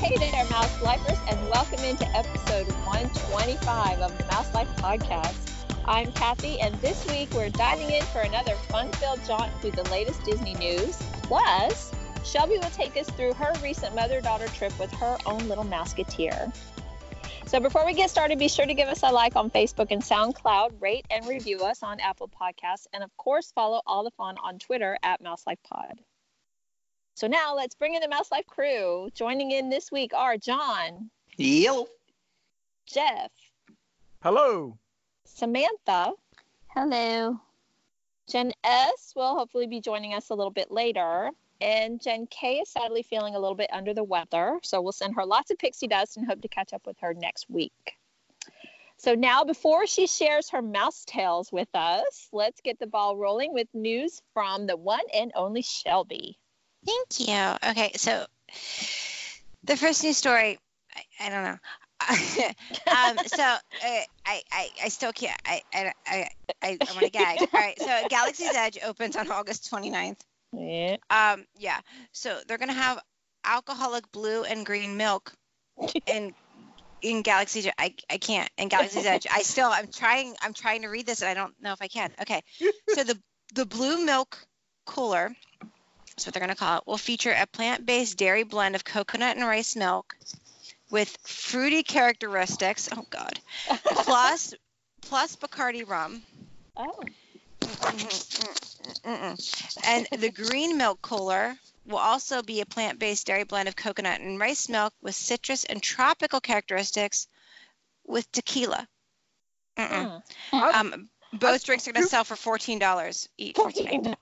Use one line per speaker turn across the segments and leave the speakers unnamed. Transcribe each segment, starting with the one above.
Hey there, Mouse Lifers, and welcome into episode 125 of the Mouse Life Podcast. I'm Kathy, and this week we're diving in for another fun filled jaunt through the latest Disney news. Plus, Shelby will take us through her recent mother daughter trip with her own little Mouseketeer. So, before we get started, be sure to give us a like on Facebook and SoundCloud, rate and review us on Apple Podcasts, and of course, follow all the fun on Twitter at Mouse Life Pod. So now let's bring in the Mouse Life crew. Joining in this week are John,
Yo.
Jeff,
Hello.
Samantha,
Hello.
Jen S will hopefully be joining us a little bit later. And Jen K is sadly feeling a little bit under the weather. So we'll send her lots of pixie dust and hope to catch up with her next week. So now, before she shares her mouse tales with us, let's get the ball rolling with news from the one and only Shelby.
Thank you. Okay, so the first news story, I, I don't know. um, so uh, I, I, I still can't. I, I, I, I, I want to gag. All right, so Galaxy's Edge opens on August 29th.
Yeah.
Um, yeah, so they're going to have alcoholic blue and green milk in in Galaxy's Edge. I, I can't. In Galaxy's Edge. I still, I'm trying, I'm trying to read this and I don't know if I can. Okay, so the, the blue milk cooler that's what they're going to call it, will feature a plant based dairy blend of coconut and rice milk with fruity characteristics. Oh, God. plus, plus Bacardi rum.
Oh,
Mm-hmm, Mm-mm. mm-hmm, and the green milk cooler will also be a plant based dairy blend of coconut and rice milk with citrus and tropical characteristics with tequila. Mm-mm.
huh.
Hmm.
Um, both drinks are going to sell for $14 each. Mm-mm.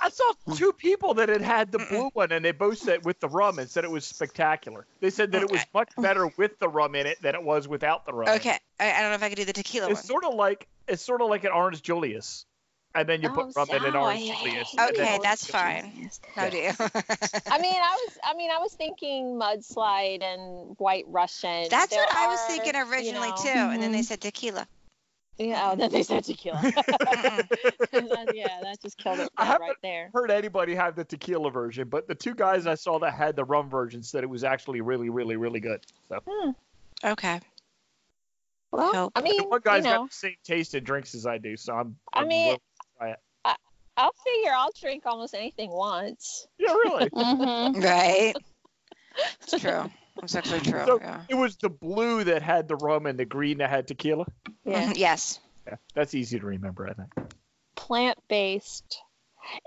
I saw two people that had had the
Hmm. Mm-mm.
blue one, and they both said with the rum and said it was spectacular. They said that it was much better with the rum in it than it was without the rum. in it.
Okay. I, I don't know if I could do the tequila
It's
one.
sort of like it's sort of like an orange Julius, and then you put
Oh,
rum in an
so
orange
I
Julius.
hate
and then
Okay,
orange
that's
Julius.
fine. How do you?
I mean, I was, I mean, I was thinking mudslide and white Russian.
That's
There
what I was
are,
thinking originally
know- mm-hmm.
too, and then they Mhm. said tequila.
Yeah, oh, then they said tequila.
Mm-mm.
yeah, that just killed it
I
right,
haven't-
there.
Heard anybody have the tequila version, but the two guys I saw that had the rum version said it was actually really, really, really good. So
okay.
Well,
Nope.
I mean,
the one guy's
you
got
know,
the same taste in drinks as I do, so I'm.
I
I'm
mean-
willing-
I'll figure I'll drink almost anything once.
yeah, really.
Mm-hmm. Right. It's true. It's actually true.
So-
yeah.
It was the blue that had the rum and the green that had tequila.
Mm-hmm.
Mhm, Yes.
Yeah, that's easy to remember, I think.
Plant based.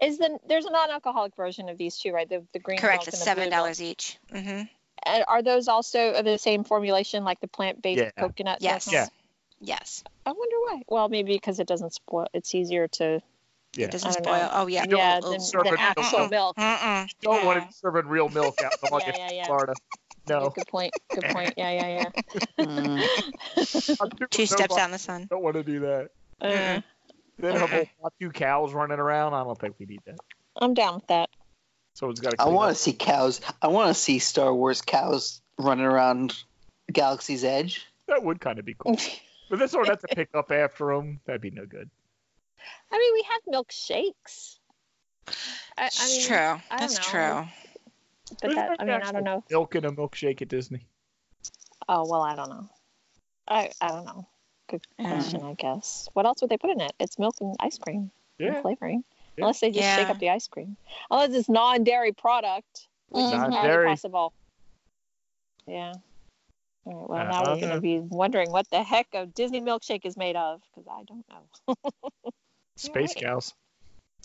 Is the there's a non-alcoholic version of these two, right? The the green.
Correct.
milk
It's
and the blue
seven
milk.
dollars each. hmm
And are those also of the same formulation, like the plant-based
Yeah.
coconut?
Yes.
milk?
Yes.
I wonder why. Well, maybe because it doesn't spoil. It's easier to
Yeah.
It doesn't
I don't know.
spoil. Oh yeah.
You don't
yeah,
want
than,
syrup
than
in milk.
actual milk.
Mm-mm.
You don't want to
Yeah.
be serving real milk out in August,
yeah, yeah.
Florida.
Yeah,
No,
Good point. Good point. Yeah, yeah, yeah.
I'm too
Two
remote.
steps out in the sun.
Don't want to do that.
Uh,
Mm-mm.
Then have a lot two cows running around. I don't think we need that.
I'm down with that.
Someone's got to.
I want to see cows. I want to see Star Wars cows running around Galaxy's Edge.
That would kind of be cool. But this one have to pick up after them. That'd be no good.
I mean, we have milkshakes. I, I mean,
It's true.
I don't
That's
know.
true.
But
There's
that,
no
I mean, I
actual
don't know.
Milk in a milkshake at Disney.
Oh well, I don't know. I I don't know. Good
Yeah.
question, I guess. What else would they put in it? It's milk and ice cream and
Yeah.
flavoring,
Yeah.
unless they just shake
Yeah.
up the ice cream. Unless it's non-dairy product, which is
Mhm.
entirely
Non-dairy.
possible. Yeah. All right. Well,
I
now
don't
we're going
know.
to be wondering what the heck a Disney milkshake is made of, because I don't know.
Space
Alright.
cows.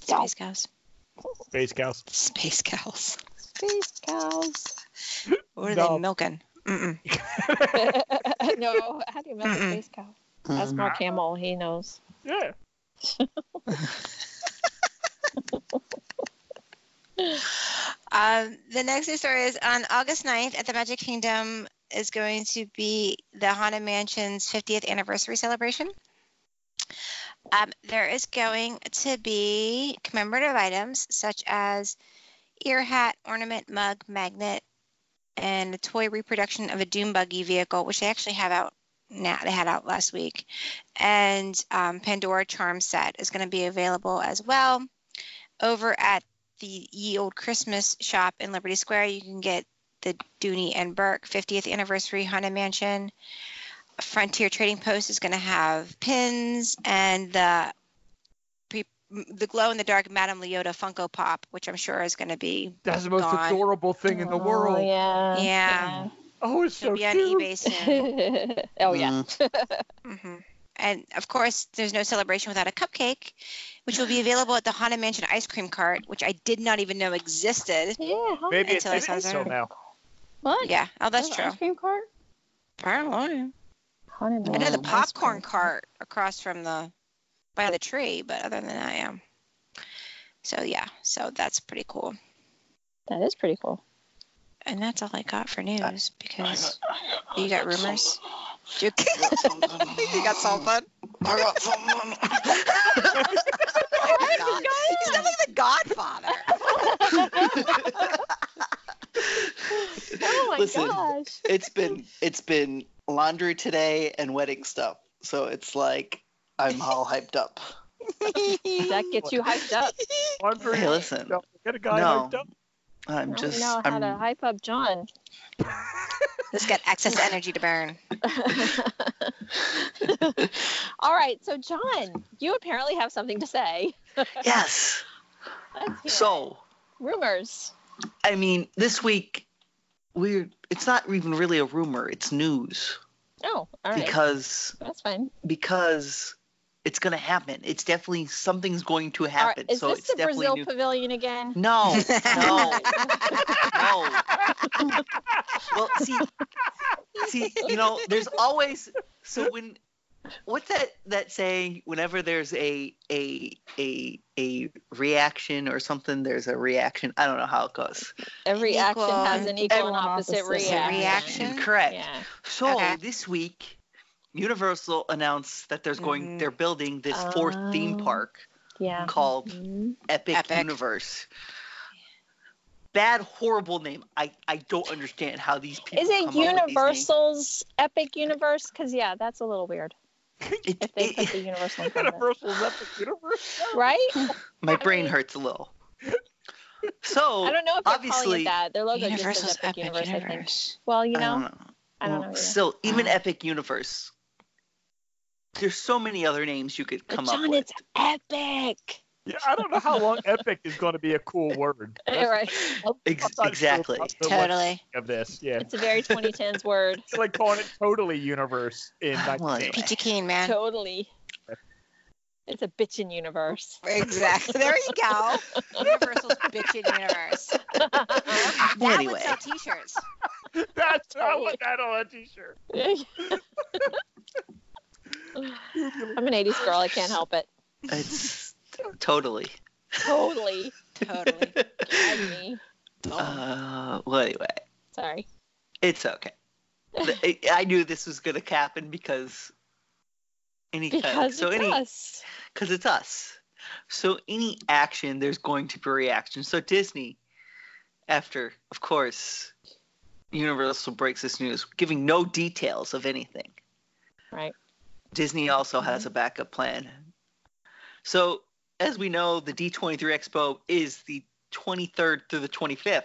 Yeah.
Space cows.
Space cows.
Space cows.
Space cows.
What are
No.
they milking? Mm-mm.
no, how do you milk a
Mm-mm.
space cow? That's Mark Hamill. He knows.
Yeah.
Um, the next news story is on August 9th at the Magic Kingdom is going to be the Haunted Mansion's 50th anniversary celebration. Um, there is going to be commemorative items such as ear hat, ornament, mug, magnet, and a toy reproduction of a Doom buggy vehicle, which they actually have out now. They had out last week, and um, Pandora charm set is going to be available as well over at the Ye Old Christmas shop in Liberty Square. You can get the Dooney and Burke 50th anniversary Haunted Mansion. Frontier Trading Post is going to have pins and the pre, the glow in the dark Madame Leota Funko Pop, which I'm sure is going to be
That's the most
Gone.
adorable thing in the world.
Oh, yeah.
yeah,
Oh, it's
it'll
so
be on
cute.
eBay soon.
Yeah. oh yeah.
Mm.
hmm And of course, there's no celebration without a cupcake, which will be available at the Haunted Mansion ice cream cart, which I did not even know existed.
yeah. How
Maybe it's
Until I
it
saw
is so
Zara.
now.
What?
Yeah, oh,
There's
that's
an
true.
Ice cream cart.
Apparently.
Haunted
I know the
Mansion ice
popcorn
cream
cart across from the by the tree, but other than that, yeah. So yeah, so that's pretty cool.
That is pretty cool.
And that's all I got for news because
I
you got
got
rumors.
you
something.
I got someone.
Oh He's definitely the Godfather.
Oh my
Listen.
gosh.
it's been it's been laundry today and wedding stuff. So it's like I'm all hyped up.
That gets you hyped up.
Laundry.
Hey, listen.
No, Get a guy
No.
hyped up.
I'm
I don't
just
know how
I'm,
to hype up John.
Let's get excess energy to burn.
All right, so John, you apparently have something to say.
Yes.
Let's hear it.
So
rumors.
I mean, this week we're it's not even really a rumor, it's news.
Oh, all right.
Because
That's fine.
because it's gonna happen. It's definitely something's going to
All right.
happen.
Is
so
this
it's
the
definitely
Brazil
new-
pavilion again?
No, no, no. Well, see, see, you know, there's always so when what's that that saying? Whenever there's a a a a reaction or something, there's a reaction. I don't know how it goes.
Every action
Equal-
has an equal and
Everyone
opposite,
opposite
reaction.
reaction.
Incorrect.
Yeah.
So
Okay.
this week, Universal announced that there's going
Mhm.
they're building this fourth theme
Mm. Oh.
park
Yeah.
called Epic,
Epic.
Universe. Bad, horrible name. I, I don't understand how these people.
Is
come
it
up with these names.
Universal's Epic Universe? Because yeah, that's a little weird
It-
if they
it-
put the Universal in front of it.
Universal is epic universe.
right?
my brain hurts a little. So
I don't know if they're calling
obviously-
it that. Their logo just
Universal's
says Epic,
epic
Universe, I think.
universe.
Well, you
I don't
know,
know.
I don't know.
Well,
either. Uh-huh.
Still, even
Wow.
Epic Universe. There's so many other names you could
But
come up
John,
with.
it's epic.
Yeah, I don't know how long epic is going to be a cool word. That's-
Right.
Ex-
I'm not sure
exactly.
about the length
Totally.
Of this, yeah,
It's a very 2010s word.
it's like calling it totally universe in
Ah, Well,
1980.
Peachy Keen, man.
Totally. It's a bitchin' universe.
Exactly. There you go. Universal's bitchin' universe. That would
Anyway.
sell t-shirts.
That's I want that on a t-shirt.
I'm an 80s girl. I can't help it.
It's totally.
Totally.
Totally.
Gag me.
Uh, well, anyway,
Sorry.
it's okay. I- I knew this was gonna happen because. Any uh,
Because
so
it's
any
us.
because it's us. So any action, there's going to be a reaction. So Disney, after of course, Universal breaks this news, giving no details of anything.
Right.
Disney also has a backup plan. So as we know, the D23 Expo is the 23rd through the 25th.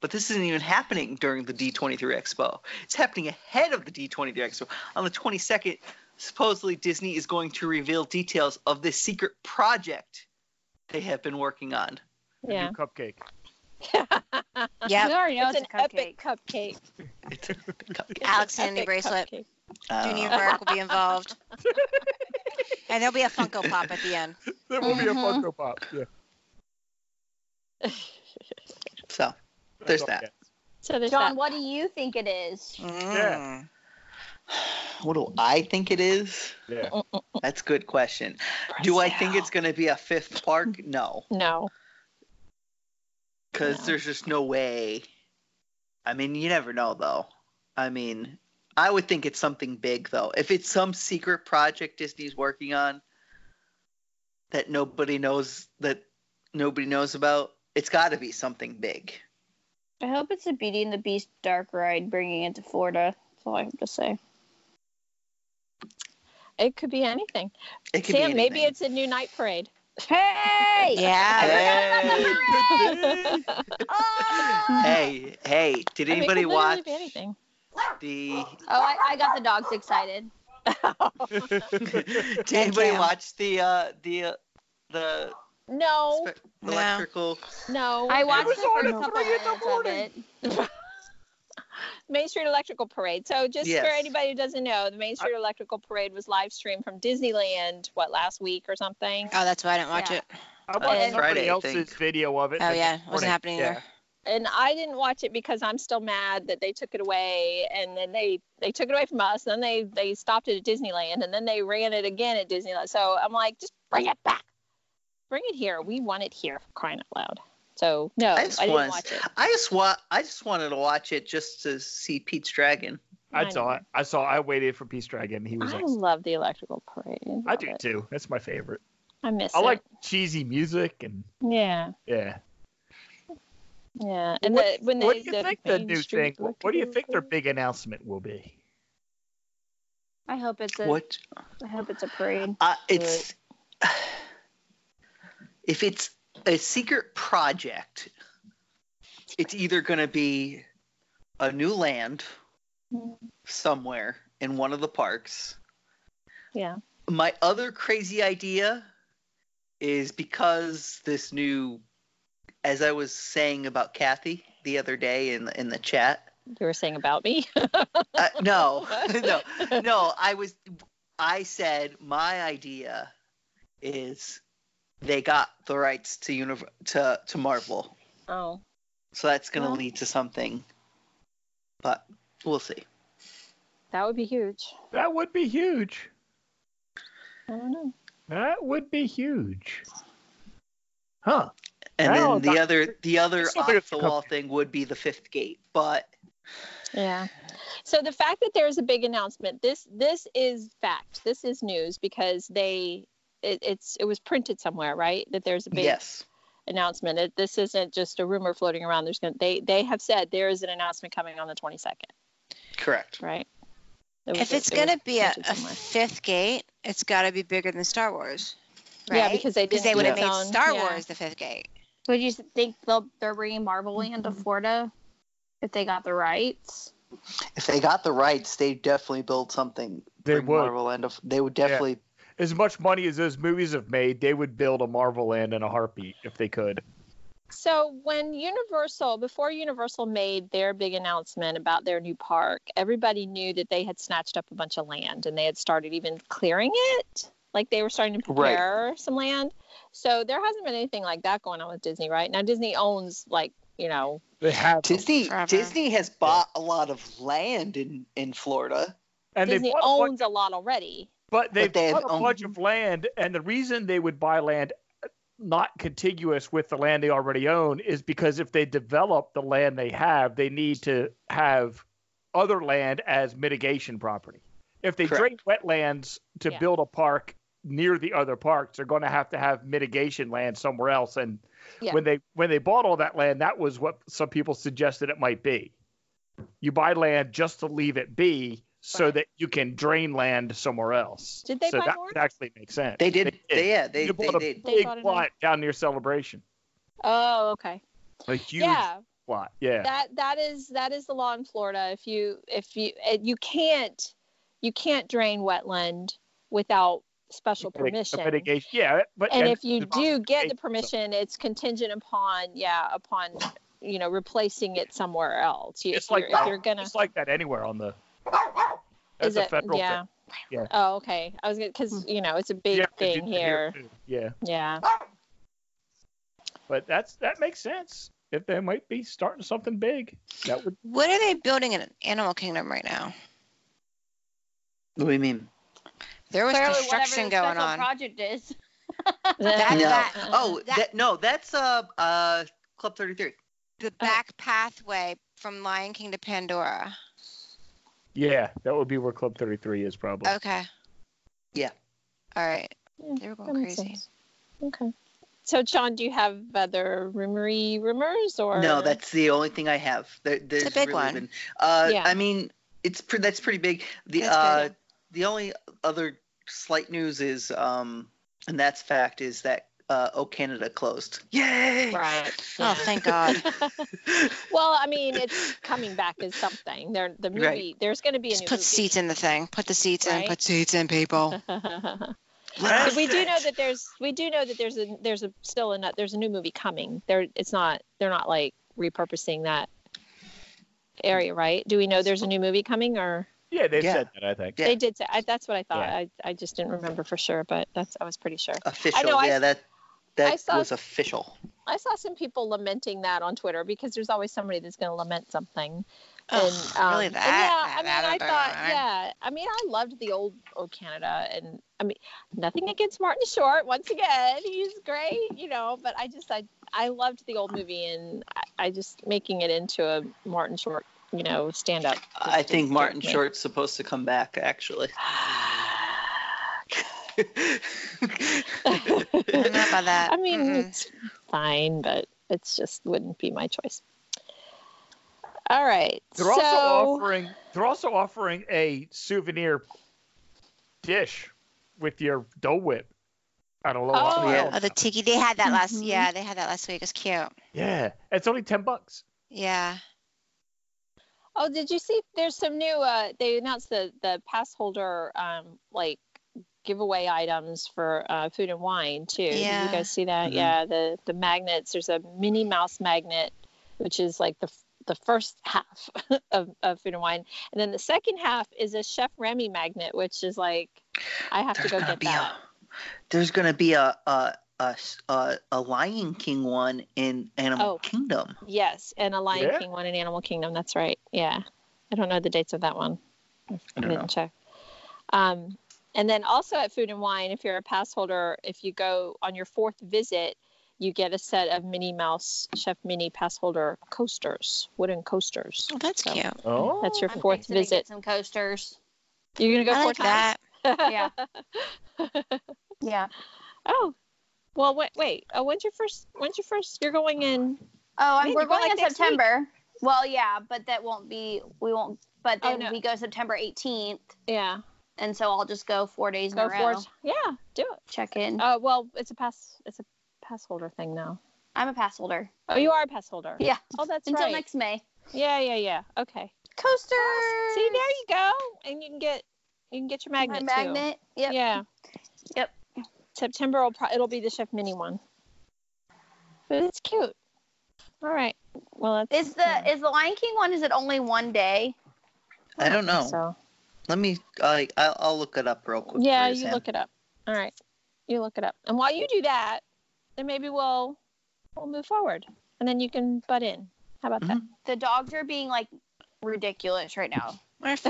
But this isn't even happening during the D23 Expo. It's happening ahead of the D23 Expo on the 22nd supposedly Disney is going to reveal details of this secret project they have been working on.
The
Yeah.
New cupcake.
Yep.
already
It's an epic cupcake.
It's a cupcake.
Alex and Andy
Epic
bracelet.
cupcake.
Junior
Oh.
Uh,
Burke will be involved. and there'll be a Funko Pop at the end.
There will be a
Mhm.
Funko Pop. Yeah.
so
that's
There's
all
that.
I got.
So there's
John,
that.
what do you think it is?
Mm.
what do I think it is?
Yeah.
That's a good question. Do I think it's going to be a fifth park? No,
No.
because
No.
there's just no way. I mean, you never know though. I mean, I would think it's something big though. If it's some secret project Disney's working on that nobody knows that nobody knows about, it's got to be something big.
I hope it's a Beauty and the Beast dark ride bringing it to Florida. That's all I have to say.
It could be anything.
It could
Sam,
be
maybe
anything.
it's a new night parade.
Hey!
Yeah.
Hey,
I
Oh!
hey, hey!
mean,
Did
it could
anybody
literally
watch
be Anything.
the?
Oh, I, I got the dogs excited.
Did
Thank
anybody
you.
watch the uh, the uh, the
No,
spe- electrical?
no.
I watched
was
the
on
first
at
couple
three in the
minutes of
morning.
it.
Main Street Electrical Parade. So, just
Yes.
for anybody who doesn't know, the Main Street Electrical Parade was live streamed from Disneyland, what, last week or something?
Oh, that's why I didn't watch
Yeah.
it.
I watched
Friday,
somebody
I
else's
think.
video of it.
Oh
this
yeah, it
morning.
wasn't happening
Yeah.
either.
and I didn't watch it because I'm still mad that they took it away and then they they took it away from us then they they stopped it at Disneyland and then they ran it again at Disneyland so I'm like just bring it back bring it here we want it here for crying out loud so no
I
I,
just
didn't
wanna-
watch it
I just wa- I just wanted to watch it just to see Pete's dragon.
I saw it. I saw. I waited for Peace Dragon. He was.
I
Like,
love the electrical parade
I
Love
do
it.
too. That's my favorite.
I miss
I
it
like cheesy music and
yeah
yeah.
yeah and
What-
the, when they
what do you
the
think the
Main
new thing?
Street
What do you
Electrical
think their
Parade-
big announcement will be?
I hope it's a.
What?
I hope it's a parade.
Uh, it's if it's a secret project, it's either going to be a new land somewhere in one of the parks.
Yeah.
My other crazy idea is because this new, as I was saying about Kathy the other day in the, in the chat.
you were saying about me
Uh, no, no, no. I was, I said my idea is they got the rights to univ- to to Marvel,
oh
so that's going to
Well.
lead to something. But we'll see.
that would be huge
That would be huge.
I don't know
That would be huge. Huh?
And
Well,
then the
that-
other the other
that's something
off the
that's
wall thing would be the fifth gate, but
Yeah. So the fact that there's a big announcement, this this is fact. This is news because they it, it's it was printed somewhere, right? That there's a big
yes,
announcement. It, this isn't just a rumor floating around. There's going to they they have said there is an announcement coming on the 22nd,
correct.
right? It was-
If it's
it was
gonna be a,
printed
a
somewhere.
fifth gate, it's got to be bigger than Star Wars, right?
yeah, because they
because
didn't
they
do
would have
its
made
own-
Star
yeah.
Wars the fifth gate.
Would you think they'll they're bringing Marvel Land to Florida if they got the rights?
If they got the rights, they definitely build something.
They would.
Marvel and they would definitely.
As much money as those movies have made, they would build a Marvel land in a heartbeat if they could.
So when Universal, before Universal made their big announcement about their new park, everybody knew that they had snatched up a bunch of land and they had started even clearing it. Like they were starting to
Right.
prepare some land. So there hasn't been anything like that going on with Disney, right? Now Disney owns like, you know,
They have, them.
Disney
Forever.
Disney has bought a lot of land in in Florida.
and they
Disney
bought a bunch,
owns a lot already.
but they
but they have
bought a
owned-
bunch of land, and the reason they would buy land not contiguous with the land they already own is because if they develop the land they have, they need to have other land as mitigation property. If they
Correct.
drain wetlands to
Yeah.
build a park near the other parks, they're going to have to have mitigation land somewhere else. And
Yeah.
when they when they bought all that land, that was what some people suggested it might be. You buy land just to leave it be, so
Right.
that you can drain land somewhere else.
Did they
so
buy
that
more?
would actually make sense.
They did.
They
They,
did.
yeah, they,
You
they
bought a
did.
They
big
bought it
plot down near Celebration,
Oh, okay.
a huge
Yeah.
plot. Yeah,
that that is that is the law in Florida. If you if you eh, you can't you can't drain wetland without special
Mitig-
permission.
A mitigation. Yeah, but
And if you do get the
mitigation, so-
permission, it's contingent upon yeah upon you know replacing it somewhere else. You-
It's
if you're,
like
if you're gonna
it's like that anywhere on the.
is
That's a
it
federal
yeah.
thing. Yeah.
Oh, okay. I was gonna because you know it's a big
Yeah, they
thing
did it here
here.
too. Yeah,
Yeah.
but that's that makes sense. If they might be starting something big, that would
What are they building in Animal Kingdom right now?
What do you mean?
There was
Clearly,
construction
whatever
going
the special
on.
project is.
Back
No.
that-
Uh,
Oh,
that-
that, no, that's uh uh Club Thirty Three.
the back pathway from Lion King to Pandora.
yeah, that would be where Club Thirty Three is probably.
Okay.
Yeah.
All right.
Yeah,
They were
that
going
makes
crazy.
sense. Okay. So, John, do you have other rumory rumors or
No, that's the only thing I have. There, there's
big
really
one.
Been, uh,
Yeah.
I mean, it's pre- that's pretty big. The
That's
uh,
good.
the only other slight news is um, and that's fact is that uh, O Canada closed. Yay!
Right.
Oh, thank God.
well, I mean, it's coming back as something. There, the movie.
Right.
There's going to be a
Just
new
put
movie.
seats in the thing. Put the seats in.
Right?
Put seats in, people.
Last
we do know
night.
that there's. We do know that there's a. There's a still a. no- There's a new movie coming. There. It's not. They're not like repurposing that area, right? Do we know there's a new movie coming, or
Yeah, they've
Yeah.
said that. I think.
Yeah.
they did say? I, that's what I thought.
Yeah.
I, I just didn't remember for sure, but that's. I was pretty sure.
official.
I know, I-
yeah, that that
I saw-
was official.
I saw some people lamenting that on Twitter because there's always somebody that's going to lament something.
Ugh, Oh, really
and,
that?
Yeah, I mean, I
That- that-
thought,
that-
yeah, I mean, I loved the old old Canada, and I mean, nothing against Martin Short. Once again, he's great, you know. But I just, I, I loved the old movie, and I, I just making it into a Martin Short, you know, stand up.
I think Martin Short's supposed to come back. Actually,
I'm not by that. Mm-hmm.
I mean,
Mm-mm.
it's fine, but it's just wouldn't be my choice. All right.
They're
so,
also offering. They're also offering a souvenir dish with your Dole Whip. I don't know.
Oh.
why.
Yeah.
oh, the tiki. They had that last.
Mhm.
Yeah, they had that last week. It's cute.
yeah. It's only ten bucks.
Yeah.
Oh, did you see? There's some new. Uh, they announced the the pass holder um, like giveaway items for uh, food and wine too. Did
Yeah.
you guys see that?
Mhm.
Yeah. The the magnets. There's a Minnie Mouse magnet, which is like the f- the first half of, of food and wine, and then the second half is a Chef Remy magnet, which is like I have to
there's
go
gonna
get
be
that.
a there's gonna be a a a, a, a Lion King one in Animal
Oh.
Kingdom.
Yes, and a Lion
Yeah.
King one and Animal Kingdom. That's right. Yeah, I don't know the dates of that one.
I don't
didn't
know.
check. Um, and then also at Food and Wine, if you're a pass holder, if you go on your fourth visit, you get a set of Minnie Mouse Chef Minnie pass holder coasters, wooden coasters.
Well, that's
So-
cute.
Oh.
That's your
I'm
fourth
fixing to get
visit.
Some coasters.
You're gonna go
I
four
like
times.
that.
Yeah. yeah.
Oh, well, wait, wait. Oh, when's your first? When's your first? You're going in.
Oh, and
Wait,
we're
you go,
going
like,
in
next week?
September. Well, yeah, but that won't be. We won't. But
Oh,
then
no.
we go September 18th,
Yeah.
and so I'll just go four days
Go
in a
four.
row.
t- Yeah. Do it.
Check in.
Uh, well, it's a pass. It's a pass holder thing now.
I'm a pass holder.
Oh, you are a pass holder.
Yeah.
Oh, that's
Until
right.
next May.
Yeah, yeah, yeah. Okay.
Coaster.
See, there you go, and you can get you can get your
My
magnet too.
magnet. Yep.
Yeah.
Yep.
September will pro- it'll be the Chef Mini one. But it's cute. All right. Well, that's
Is the is the Lion King one? Is it only one day?
I don't know.
so.
Let me. I I'll, I'll look it up real quick.
Yeah,
for
you
Sam.
look it up. All right. You look it up, and while you do that, then maybe we'll we'll move forward, and then you can butt in. How about that?
The dogs are being like ridiculous right now.
We're f-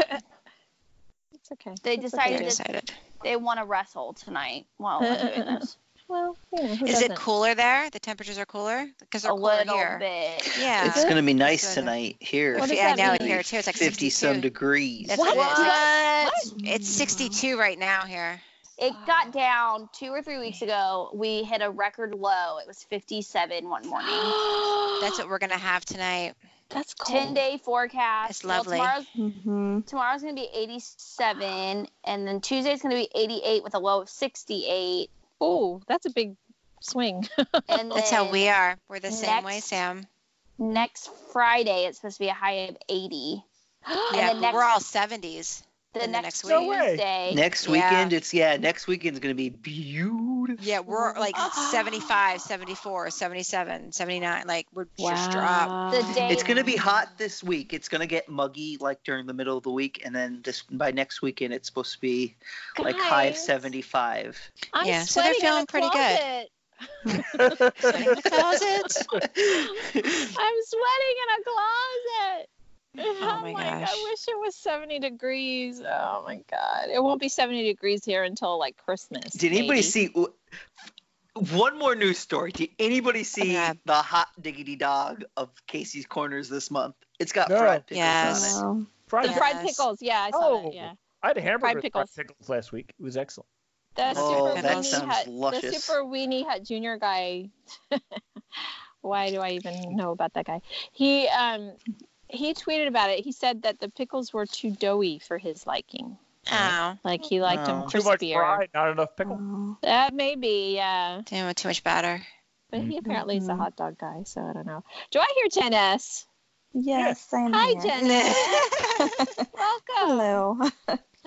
It's okay.
They
It's
decided
okay.
to-
excited.
They want to wrestle tonight while we're doing this.
Well, you know, who
Is it
doesn't?
cooler there? The temperatures are cooler because they're
A
cooler
little
here.
bit.
Yeah.
It's gonna be nice
That's what I-
tonight here.
What does
yeah,
that
now
mean?
here too. It's like
Fifty some
62.
degrees.
That's
What?
what? it is.
What?
It's 62 right now here.
It got down two or three weeks ago. We hit a record low. It was 57 one morning.
That's what we're gonna have tonight.
That's cool.
10 day forecast.
It's
Well,
lovely.
tomorrow's
Mm-hmm.
tomorrow's going to be 87, and then Tuesday's going to be 88 with a low of 68.
Oh, that's a big swing.
And
That's how
then
we are. We're the same way,
next-
Sam.
Next Friday, it's supposed to be a high of 80.
Yeah,
then
but we're
next-
all 70s.
The
Then the next
next
week.
No way.
Tuesday.
Next
Yeah.
weekend, it's yeah. Next weekend's gonna be beautiful.
Yeah, we're like 75, 74, 77, 79. Like we're just drop.
The day-
It's gonna be hot this week. It's gonna get muggy like during the middle of the week, and then this by next weekend it's supposed to be like high of
Guys,
seventy-five.
I'm
Yeah, so they're
sweating in
feeling
the
pretty good.
closet.
Like, what the hell is it?
I'm sweating in a closet.
Oh
I'm
my
like,
gosh.
I wish it was 70 degrees. Oh my god, it won't be 70 degrees here until like Christmas.
Did anybody
maybe.
see one more news story? Did anybody see
Yeah.
the hot diggity dog of Casey's Corners this month? It's got
No.
fried pickles
Yes.
on it.
the
Fried.
Yeah.
fried
Yes.
pickles? Yeah, I saw
Oh.
that. Yeah,
I had a hamburger with
pickles.
fried pickles last week. It was excellent.
the
Oh,
super
that
weenie
sounds
hut, the
luscious.
super weenie hut junior guy. Why do I even know about that guy? He um he tweeted about it. He said that the pickles were too doughy for his liking.
Oh,
Like he liked
No.
him
Too much
crispier.
fried, not enough pickle.
That may be, yeah.
damn it, too much batter.
But he
Mm-hmm.
Mhm.
apparently is a hot dog guy, so I don't know. Do I hear Jen S?
Yes, I'm
Hi,
here.
Jen. Welcome.
Hello.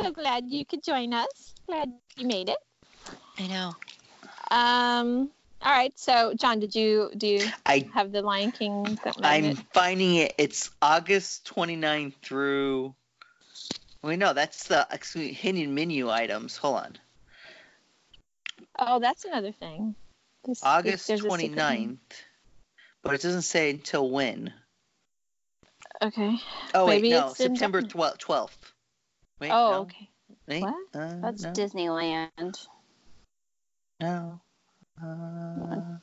So glad you could join us. Glad you made it.
I know.
Um. All right. So, John, did you do you
I
have the Lion King? That
I'm
moment?
finding it. It's August 29 through. Wait, no, that's the excuse me, hidden menu items. Hold on.
Oh, that's another thing. This-
August
there's a secret
29th. But it doesn't say until when.
thing. Okay.
Oh,
Maybe
wait, no.
it's in-
September 12th. 12th. Wait,
oh,
no.
okay.
Wait,
What?
uh,
That's
no,
Disneyland.
No. Oh. Uh,
Um,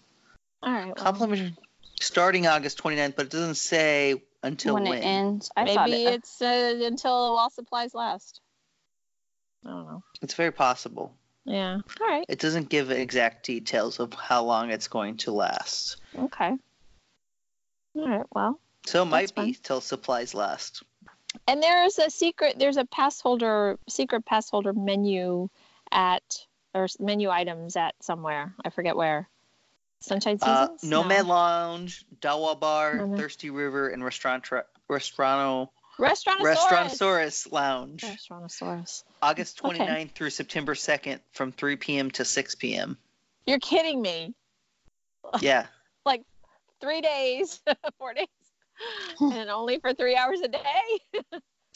All right. well,
complimentary. Starting August 29th, but it doesn't say until
when
when.
it ends, I thought
maybe
it.
it's uh, until while supplies last. I don't know.
It's very possible.
Yeah. All right.
It doesn't give exact details of how long it's going to last.
Okay. All right. Well.
So it
That's
might be till supplies last.
And there's a secret. There's a pass holder secret pass holder menu at or s- menu items at somewhere. I forget where. Sunshine
Uh,
Seasons.
Nomad Lounge, Dawa Bar,
Nomad.
Thirsty River, and Restaurant Restaurano
Restaurantosaurus.
Restaurantosaurus Lounge,
Restaurantosaurus.
August
Okay.
29th through September 2nd, from 3 p.m. to 6 p.m.
You're kidding me.
Yeah,
Three days, four days, and only for three hours a day.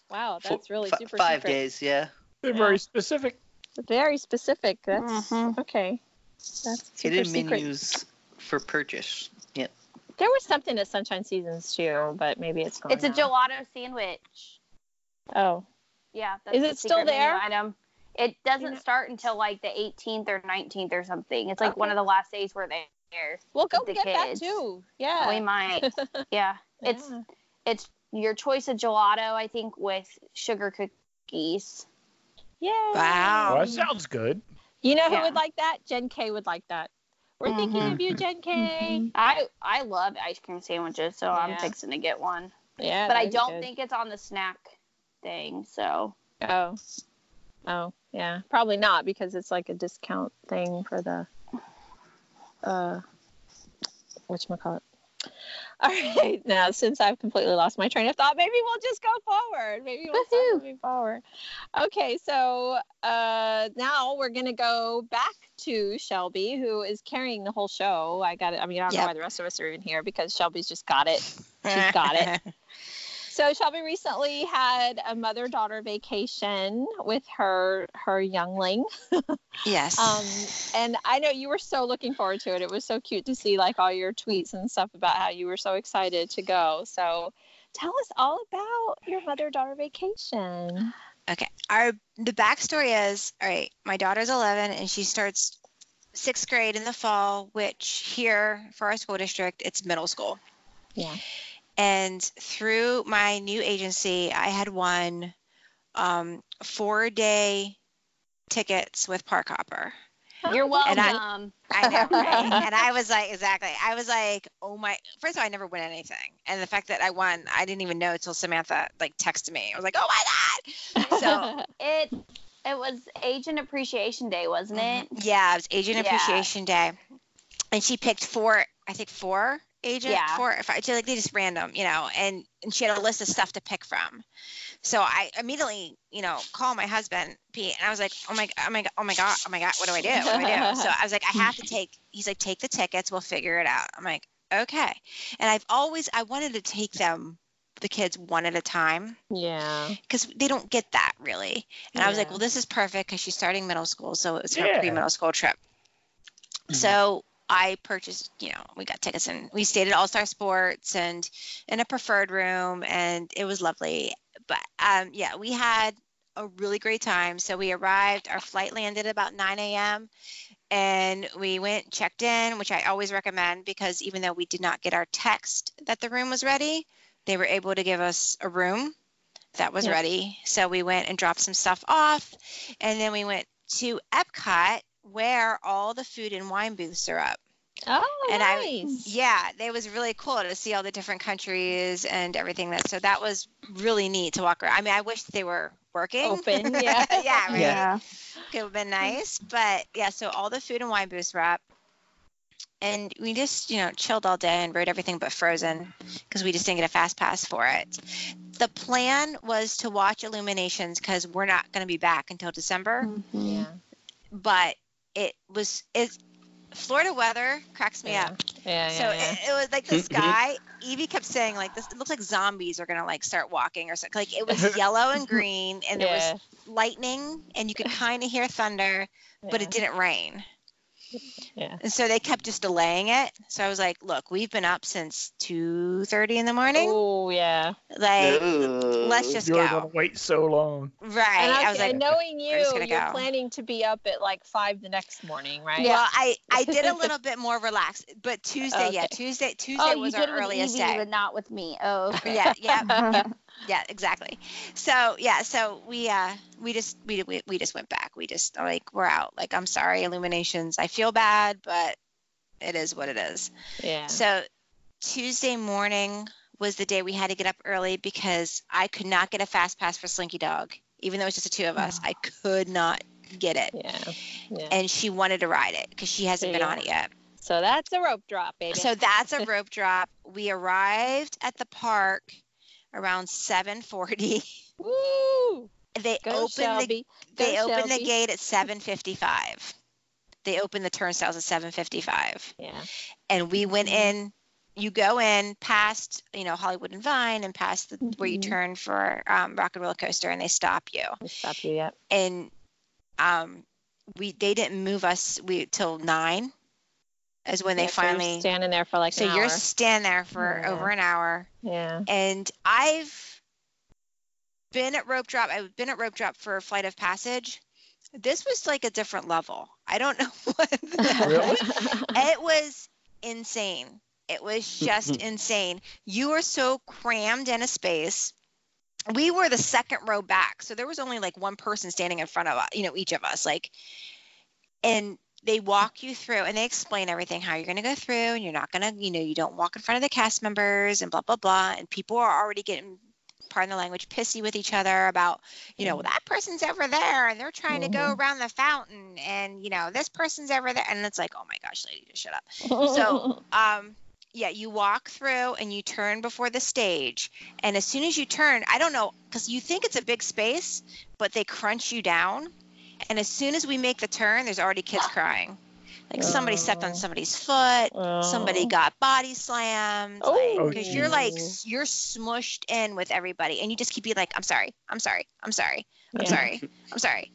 wow,
Four-
that's really
fi-
super.
five
secret.
days. Yeah,
They're
Yeah.
very specific.
Very specific. That's
Mhm.
okay. That's super
hidden
secret.
menus for purchase. Yep.
There was something at Sunshine Seasons too, but maybe it's gone.
It's a
now.
gelato sandwich.
Oh,
Yeah. That's
Is
the
it still
secret menu
there?
Item. It doesn't
know-
start until like the 18th or 19th or something. It's like one
Okay.
of the last days we're there.
Well, go
the
get
kids. Oh,
that too. Yeah.
We might. Yeah. It's
Yeah.
it's your choice of gelato, I think, with sugar cookies.
Yay.
Wow.
Um,
Well, that sounds good.
You know who
Yeah. Mm-hmm.
would like that? Jen K would like that. We're thinking
Mhm.
of you, Jen K.
I I love ice cream sandwiches, so I'm
Yeah.
fixing to get one.
Yeah.
but I
that'd be
don't
good.
think it's on the snack thing. So
Oh. Oh yeah. Probably not because it's like a discount thing for the. Uh. Which call it? All right. Now, since I've completely lost my train of thought, maybe we'll just go forward. Maybe we'll start moving forward. Okay, so uh, now we're gonna go back to Shelby, who is carrying the whole show. I got it. I mean, I don't know
Yep.
why the rest of us are even here because Shelby's just got it. She's got it. So Shelby recently had a mother-daughter vacation with her her youngling,
Yes.
um, and I know you were so looking forward to it. It was so cute to see like all your tweets and stuff about how you were so excited to go. So tell us all about your mother-daughter vacation.
Okay. Our the backstory is all right. My daughter's 11, and she starts sixth grade in the fall, which here for our school district, it's middle school.
Yeah.
And through my new agency, I had won um, four day tickets with Park Hopper.
you're welcome.
And I- I know, right? and I was like, exactly. I was like, oh my. First of all, I never win anything, and the fact that I won, I didn't even know until Samantha like texted me. I was like, oh my god. So
it it was Agent Appreciation Day, wasn't it?
Mm-hmm. Yeah, it was Agent
Yeah.
Appreciation Day, and she picked four. I think four agent,
Yeah.
four. If I she, like, they just random, you know, and and she had a list of stuff to pick from. So I immediately, you know, call my husband Pete, and I was like, oh my, oh my, go- oh my god, oh my god, what do I do? What do I do? So I was like, I have to take. He's like, take the tickets. We'll figure it out. I'm like, okay. And I've always I wanted to take them, the kids one at a time
Yeah.
because they don't get that really. And I was like,
Yeah.
well, this is perfect because she's starting middle school, so it was her
Yeah.
pre-middle school trip.
Mhm.
So I purchased, you know, we got tickets and we stayed at All Star Sports and in a preferred room, and it was lovely. But um, yeah, we had a really great time. So we arrived, our flight landed about 9 a.m. And we went, checked in, which I always recommend because even though we did not get our text that the room was ready, they were able to give us a room that was
Yeah.
ready. So we went and dropped some stuff off. And then we went to Epcot where all the food and wine booths are up.
Oh,
And I-
nice.
Yeah, it was really cool to see all the different countries and everything that. So that was really neat to walk around. I mean, I wish they were working.
Open, yeah.
yeah, right.
Yeah.
It would have been nice, but yeah. So all the food and wine booths were up, and we just you know chilled all day and rode everything but Frozen because we just didn't get a fast pass for it. The plan was to watch Illuminations because we're not going to be back until December,
Mm-hmm. Oh,
yeah.
but it was it. Florida weather cracks me
Yeah.
up
Yeah,
so
yeah,
It, it was like the
Mhm.
sky. Evie kept saying like this. It looks like zombies are gonna like start walking or something. Like it was yellow and green, and there
yeah.
was lightning, and you could kind of hear thunder, but it didn't rain.
Yeah.
And so they kept just delaying it. So I was like, look, we've been up since two thirty in the morning.
Oh, yeah.
Like let's just
You're
go.
gonna wait so long.
Right.
And
I,
I,
was like.
and knowing you,
just
you're
gonna go.
planning to be up at like five the next morning, right?
Well, I, I did a little bit more relaxed, but Tuesday, yeah,
Okay.
Tuesday Tuesday
Oh, you
was
did
our
it with
earliest
Evie,
day.
but not with me. Oh, okay.
Yeah, yeah, yeah exactly so yeah so we uh we just we, we we just went back we just like we're out like i'm sorry illuminations i feel bad but it is what it is
Yeah.
so tuesday morning was the day we had to get up early because i could not get a fast pass for slinky dog even though it was just the two of us
Oh.
i could not get it
yeah. Yeah.
and she wanted to ride it because she hasn't
There
been
you
on it yet
so that's a rope drop, baby.
so that's a rope drop we arrived at the park around 740
Woo!
they
Go
opened the
Shelby. Go,
they open
Shelby.
the gate at 7:55. They open the turnstiles at 7:55,
Yeah.
and we went
Mm-hmm.
in. You go in past, you know, Hollywood and Vine, and past the, where you
Mhm.
turn for um, Rock and Roller Coaster, and they stop you.
I'll Stop you yet?
And um, we they didn't move us we till nine, is when they
Yeah, so you're
finally.
standing there for like
So
an
you're
hour.
standing there for
Yeah.
over an hour
yeah.
and I've been at rope drop. I've been at rope drop for Flight of Passage. This was like a different level. I don't know what. the-
Really?
it was insane. It was just insane. You were so crammed in a space. We were the second row back, so there was only like one person standing in front of us, you know, each of us. Like, and they walk you through and they explain everything how you're going to go through and you're not going to you know you don't walk in front of the cast members and blah blah blah and people are already getting pardon the language pissy with each other about you know well, that person's over there and they're trying to go
Mhm.
around the fountain and you know this person's over there and it's like oh my gosh lady just shut up so- um yeah you walk through and you turn before the stage and as soon as you turn i don't know because you think it's a big space but they crunch you down and as soon as we make the turn there's already kids crying like somebody stepped on
Oh.
somebody's foot
Oh.
somebody got body slammed
Oh.
because
Oh,
you're like
geez.
s- you're smushed in with everybody and you just keep being like i'm sorry i'm sorry i'm sorry i'm
Yeah.
sorry i'm sorry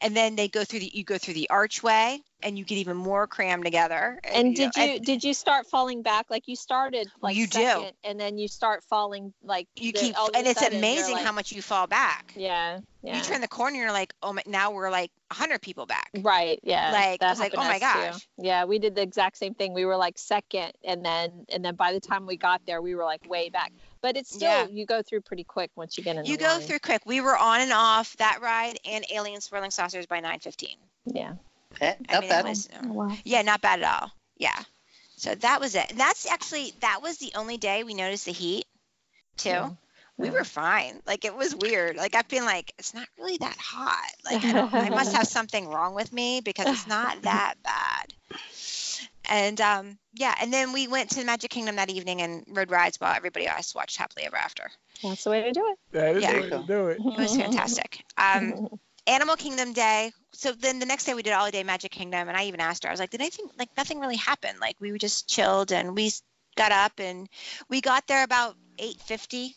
and then they go through the you go through the archway and you get even more crammed together
And
know,
did you did you start falling back? Like you started like
You do.
second, and then you start falling like
you
the-
keep
all of a
and it's
sudden you're
amazing
like-
how much you fall back
Yeah. Yeah.
you turn the corner you're like oh my now we're like 100 people back
Right. Yeah.
Like,
that
I was like, oh
happened to
my
us
gosh.
too. Yeah, we did the exact same thing. We were like second, and then and then by the time we got there, we were like way back. But it's still
Yeah.
you go through pretty quick once you get in.
you
the
go
line.
through quick we were on and off that ride and alien swirling saucers by 9.15
Yeah.
That-
I
not
mean, it
bad.
was, um,
Wow.
yeah not bad at all yeah so that was it and that's actually that was the only day we noticed the heat too
Yeah.
we
Yeah.
were fine like it was weird like i've been like it's not really that hot like I, don't, I must have something wrong with me because it's not that bad and um yeah and then we went to the magic kingdom that evening and rode rides while everybody else watched happily ever after
That's the way to do it.
That is
Yeah.
the way to do it.
it was fantastic um Animal Kingdom Day. So then the next day we did all day Magic Kingdom, and I even asked her. I was like, "Did anything like nothing really happened? Like we were just chilled, and we s- got up, and we got there about eight fifty,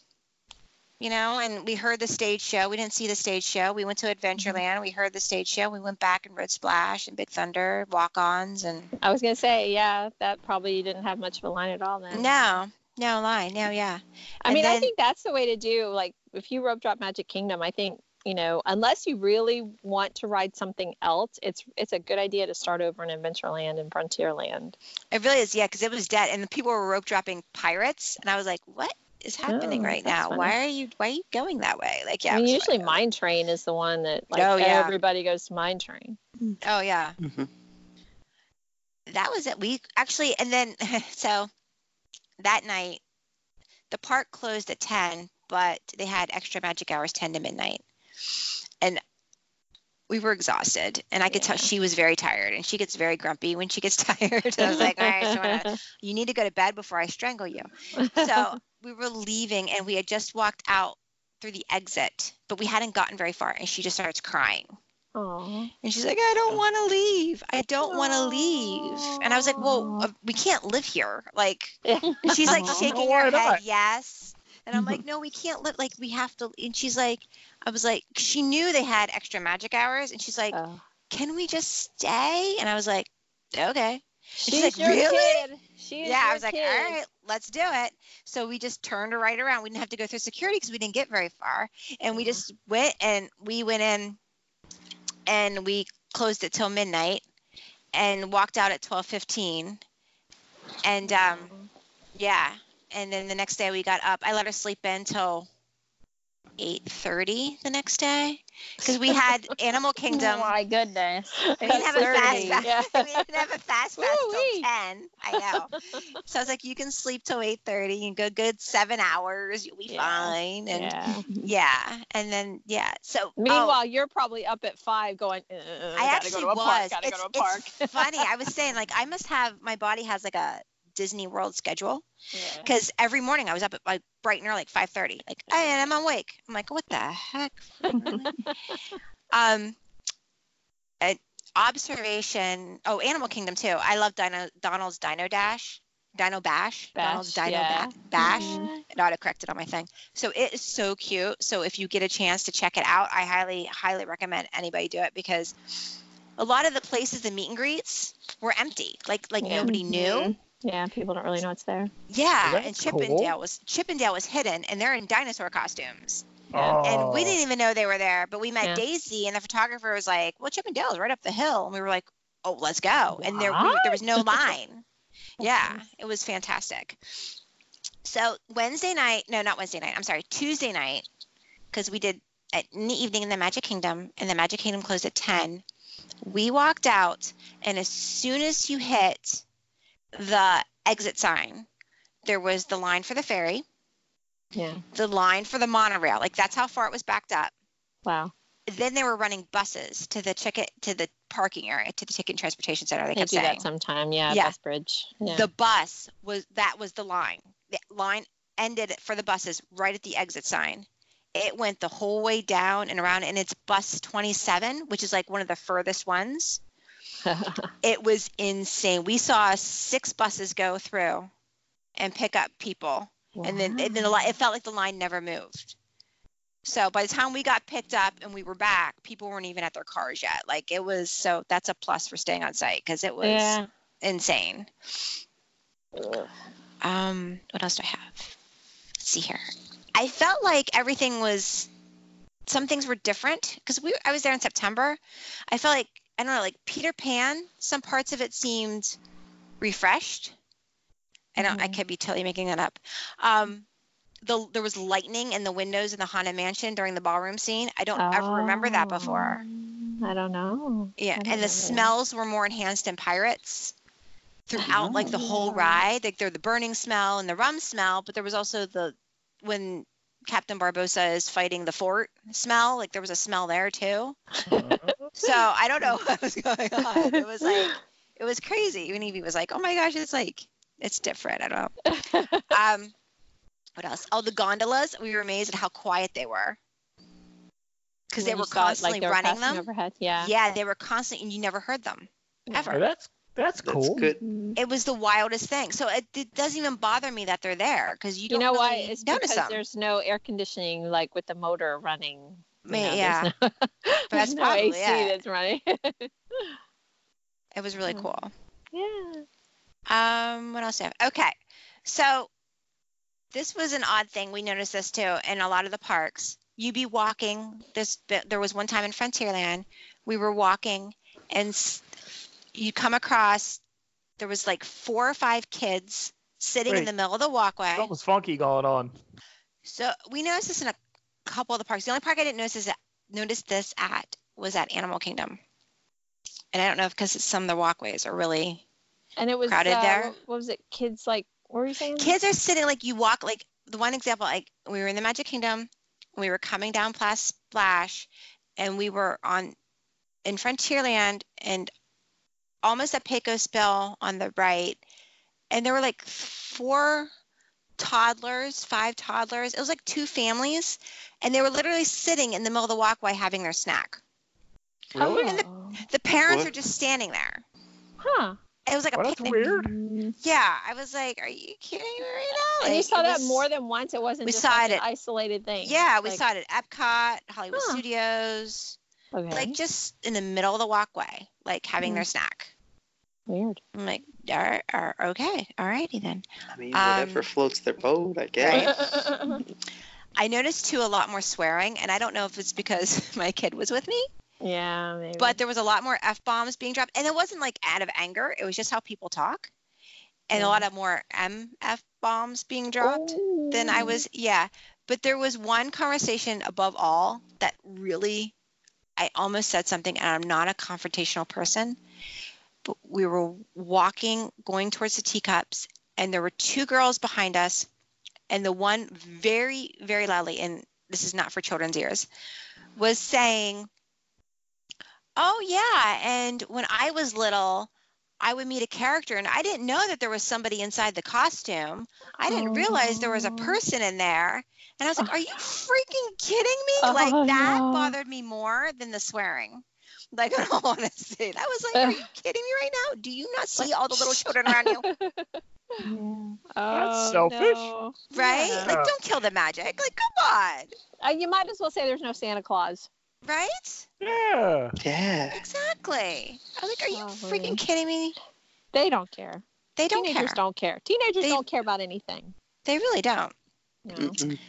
you know, and we heard the stage show. We didn't see the stage show. We went
Mm-hmm.
to Adventureland. We heard the stage show. We went back and rode Splash and Big Thunder, walk-ons, and
I was gonna say, yeah, that probably didn't have much of a line at all then.
no, no lie, no, yeah,
I
And
mean, I
then-
think that's the way to do. Like, if you rope drop Magic Kingdom, I think you know, unless you really want to ride something else, it's it's a good idea to start over in Adventureland and Frontierland.
it really is, yeah, because it was dead, and the people were rope dropping pirates, and I was like, what? Is happening
Oh,
right
that's
now.
funny.
Why are you why are you going that way? Like yeah.
I
it
mean,
was
usually
like-
Mine Train is the one that like
Oh, yeah.
everybody goes to Mine Train.
Oh yeah.
Mhm.
Oh, that was it. We actually, and then so that night, the park closed at 10, but they had extra magic hours 10 to midnight. And we were exhausted, and I could tell
Yeah.
she was very tired, and she gets very grumpy when she gets tired. I was like, all right, Shauna, you need to go to bed before I strangle you. So we were leaving, and we had just walked out through the exit, but we hadn't gotten very far, and she just starts crying.
Aw.
And she's like, I
Oh.
don't want to leave. I don't want to leave. And I was like, well,
Aw.
uh, we can't live here. Like,
Yeah.
she's like
Aw.
shaking
Why
her head,
not?
yes. And I'm like, no, we can't live. Like, we have to. And she's like, I was like, she knew they had extra magic hours. And she's like,
Oh.
can we just stay? And I was like, okay.
She's,
like,
your
"Really?"
kid. She is
Yeah, I
your
was like,
kid.
all right, let's do it. So we just turned right around. We didn't have to go through security because we didn't get very far. And we
Mhm.
just went and we went in and we closed it till midnight and walked out at 12:15. And um, yeah, and then the next day we got up. I let her sleep in till 8:30 the next day because we had Animal Kingdom.
my goodness.
We didn't have a fast
Absurdity.
pass.
Yeah.
we didn't have a fast pass till
Woo-wee.
ten. I know. So I was like, you can sleep till eight thirty. You can go good seven hours. You'll be
Yeah.
fine. And yeah.
Yeah.
and then yeah. So oh,
Meanwhile, you're probably up at five going. Uh,
I actually
go to a
was.
Park, gotta
it's,
go to a park.
it's funny. I was saying like I must have my body has like a Disney World schedule
Yeah.
because every morning I was up at like bright and early, like five thirty. Like "Hey, and I'm awake. I'm like, what the heck? Really? um, an observation. Oh, Animal Kingdom too. I love Dino, Donald's Dino Dash, Dino Bash,
Bash,
Donald's Dino
yeah.
Ba- Bash.
Mhm.
It auto corrected on my thing. So it is so cute. So if you get a chance to check it out, I highly, highly recommend anybody do it because a lot of the places, the meet and greets, were empty. Like like
Yeah. Mm-hmm.
nobody knew.
Yeah, people don't really know it's there.
Yeah,
that's
and Chippendale
cool.
was Chippendale was hidden, and they're in dinosaur costumes,
Oh,
and we didn't even know they were there. But we met
Yeah.
Daisy, and the photographer was like, "Well, Chippendale's right up the hill," and we were like, "Oh, let's go!" And there we, there was no line. yeah, it was fantastic. So Wednesday night, no, not Wednesday night. I'm sorry, Tuesday night, because we did at, in the evening in the Magic Kingdom, and the Magic Kingdom closed at ten. We walked out, and as soon as you hit the exit sign, there was the line for the ferry,
Yeah.
the line for the monorail. Like that's how far it was backed up.
Wow.
Then they were running buses to the ticket to the parking area to the ticket and transportation center. They
They do
kept saying
that sometime. Yeah.
Yeah.
Bus bridge. Yeah.
the bus was that was the line. The line ended for the buses right at the exit sign. It went the whole way down and around, and it's bus 27, which is like one of the furthest ones. It was insane. We saw six buses go through and pick up people and then and then the li- it felt like the line never moved. So by the time we got picked up and we were back, people weren't even at their cars yet. Like it was so that's a plus for staying on site because it was
yeah.
insane. Um, what else do I have? Let's see here. I felt like everything was some things were different because we I was there in September. I felt like I don't know, like Peter Pan. Some parts of it seemed refreshed. I don't. I
Mhm.
could be totally making that up. Um, the there was lightning in the windows in the Haunted Mansion during the ballroom scene. I don't ever remember that before.
Oh, I don't know.
Yeah,
I don't
and the
remember that.
smells were more enhanced in Pirates throughout like the whole
Oh.
ride. Like there the burning smell and the rum smell, but there was also the when Captain Barbosa is fighting the fort smell. Like there was a smell there too. So I don't know what was going on. It was like it was crazy. Even Evie was like, "Oh my gosh, it's like it's different." I don't know. um, what else? Oh, the gondolas. We were amazed at how quiet they were because they
When you
were
saw it, like,
constantly
they were
running
passing
them.
Overhead. Yeah.
Yeah, they were constant, and you never heard them
Yeah.
ever.
Oh, that's that's
That's
cool.
good.
Mhm.
It was the wildest thing. So it, it doesn't even bother me that they're there because you
You
don't
know why?
really
It's
notice
because
them.
there's no air conditioning, like with the motor running. you
May-
know, there's
yeah,
no-
that's
there's no
probably
AC
it.
that's running.
It was really
Mm.
cool.
yeah.
Um, what else do I have? Okay, so this was an odd thing. We noticed this too in a lot of the parks. You'd be walking. This bit- there was one time in Frontierland, we were walking, and s- you come across there was like four or five kids sitting in
Wait.
the middle of the walkway.
Something's funky going on.
So we noticed this in a couple of the parks. The only park I didn't notice is notice this at was at Animal Kingdom, and I don't know if because some of the walkways are really
And it was
Crowded
uh,
there.
What, what was it? Kids like what were you saying?
Kids are sitting like you walk like the one example like we were in the Magic Kingdom, we were coming down Plas Splash, and we were on in Frontierland and almost at Pecos Bill on the right, and there were like four toddlers, five toddlers. It was like two families, and they were literally sitting in the middle of the walkway having their snack.
Really?
Oh.
The parents
What?
are just standing there.
Huh.
It was like
Well,
a
that's
picnic.
weird.
And
Yeah, I was like, are you kidding me right now?
you
Like,
saw
it
that
was-
more than once. It wasn't
we
just
saw
like
it
an
at-
isolated thing.
Yeah, we
Like,
saw it at Epcot, Hollywood
Huh.
Studios,
Okay. Mm-hmm.
like just in the middle of the walkway, like having their snack.
weird.
I'm like, all right, all right, okay, all righty then.
I mean,
Um,
whatever floats their boat, I guess.
I noticed too a lot more swearing, and I don't know if it's because my kid was with me,
yeah. Maybe.
but there was a lot more f bombs being dropped, and it wasn't like out of anger; it was just how people talk, and
Yeah.
a lot of more mf bombs being dropped. Then I
Ooh.
was, yeah. But there was one conversation above all that really, I almost said something, and I'm not a confrontational person. But we were walking, going towards the teacups, and there were two girls behind us, and the one very, very loudly, and this is not for children's ears, was saying, Oh, yeah. And when I was little, I would meet a character, and I didn't know that there was somebody inside the costume. I didn't realize there was a
Oh.
person in there. And I was like, "Are you freaking kidding me?"
Oh,
like that
no.
bothered me more than the swearing. Like I don't want to say. That was like, "Are you kidding me right now? Do you not see all the little children around you?"
Oh,
selfish.
no.
Right?
Yeah.
Like, don't kill the magic. Like, come on.
Uh, you might as well say there's no Santa Claus.
Right?
Yeah.
Yeah.
Exactly. I was like, "Are you
Lovely.
freaking kidding me?"
They don't care.
They don't
Teenagers
care.
don't care. Teenagers
They- Mm,
don't care about anything.
They really don't.
No.
Mm-mm.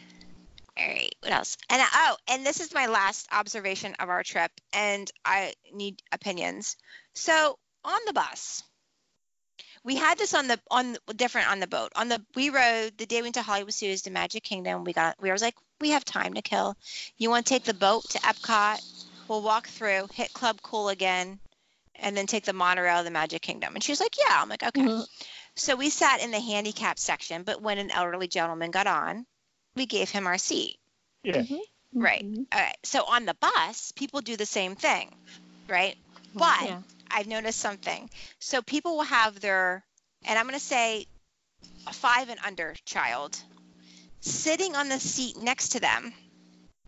All right. What else? And oh, and this is my last observation of our trip, and I need opinions. So on the bus, we had this on the on different on the boat. On the we rode the day we went to Hollywood Studios to Magic Kingdom. We got we was like we have time to kill. You want to take the boat to Epcot? We'll walk through, hit Club Cool again, and then take the monorail to the Magic Kingdom. And she's like, yeah. I'm like, okay.
Mhm.
So we sat in the handicap section, but when an elderly gentleman got on, we gave him our seat.
Yeah.
Right.
Mhm.
All right. So on the bus, people do the same thing, right? But
Yeah.
I've noticed something. So people will have their, and I'm going to say a five and under child sitting on the seat next to them,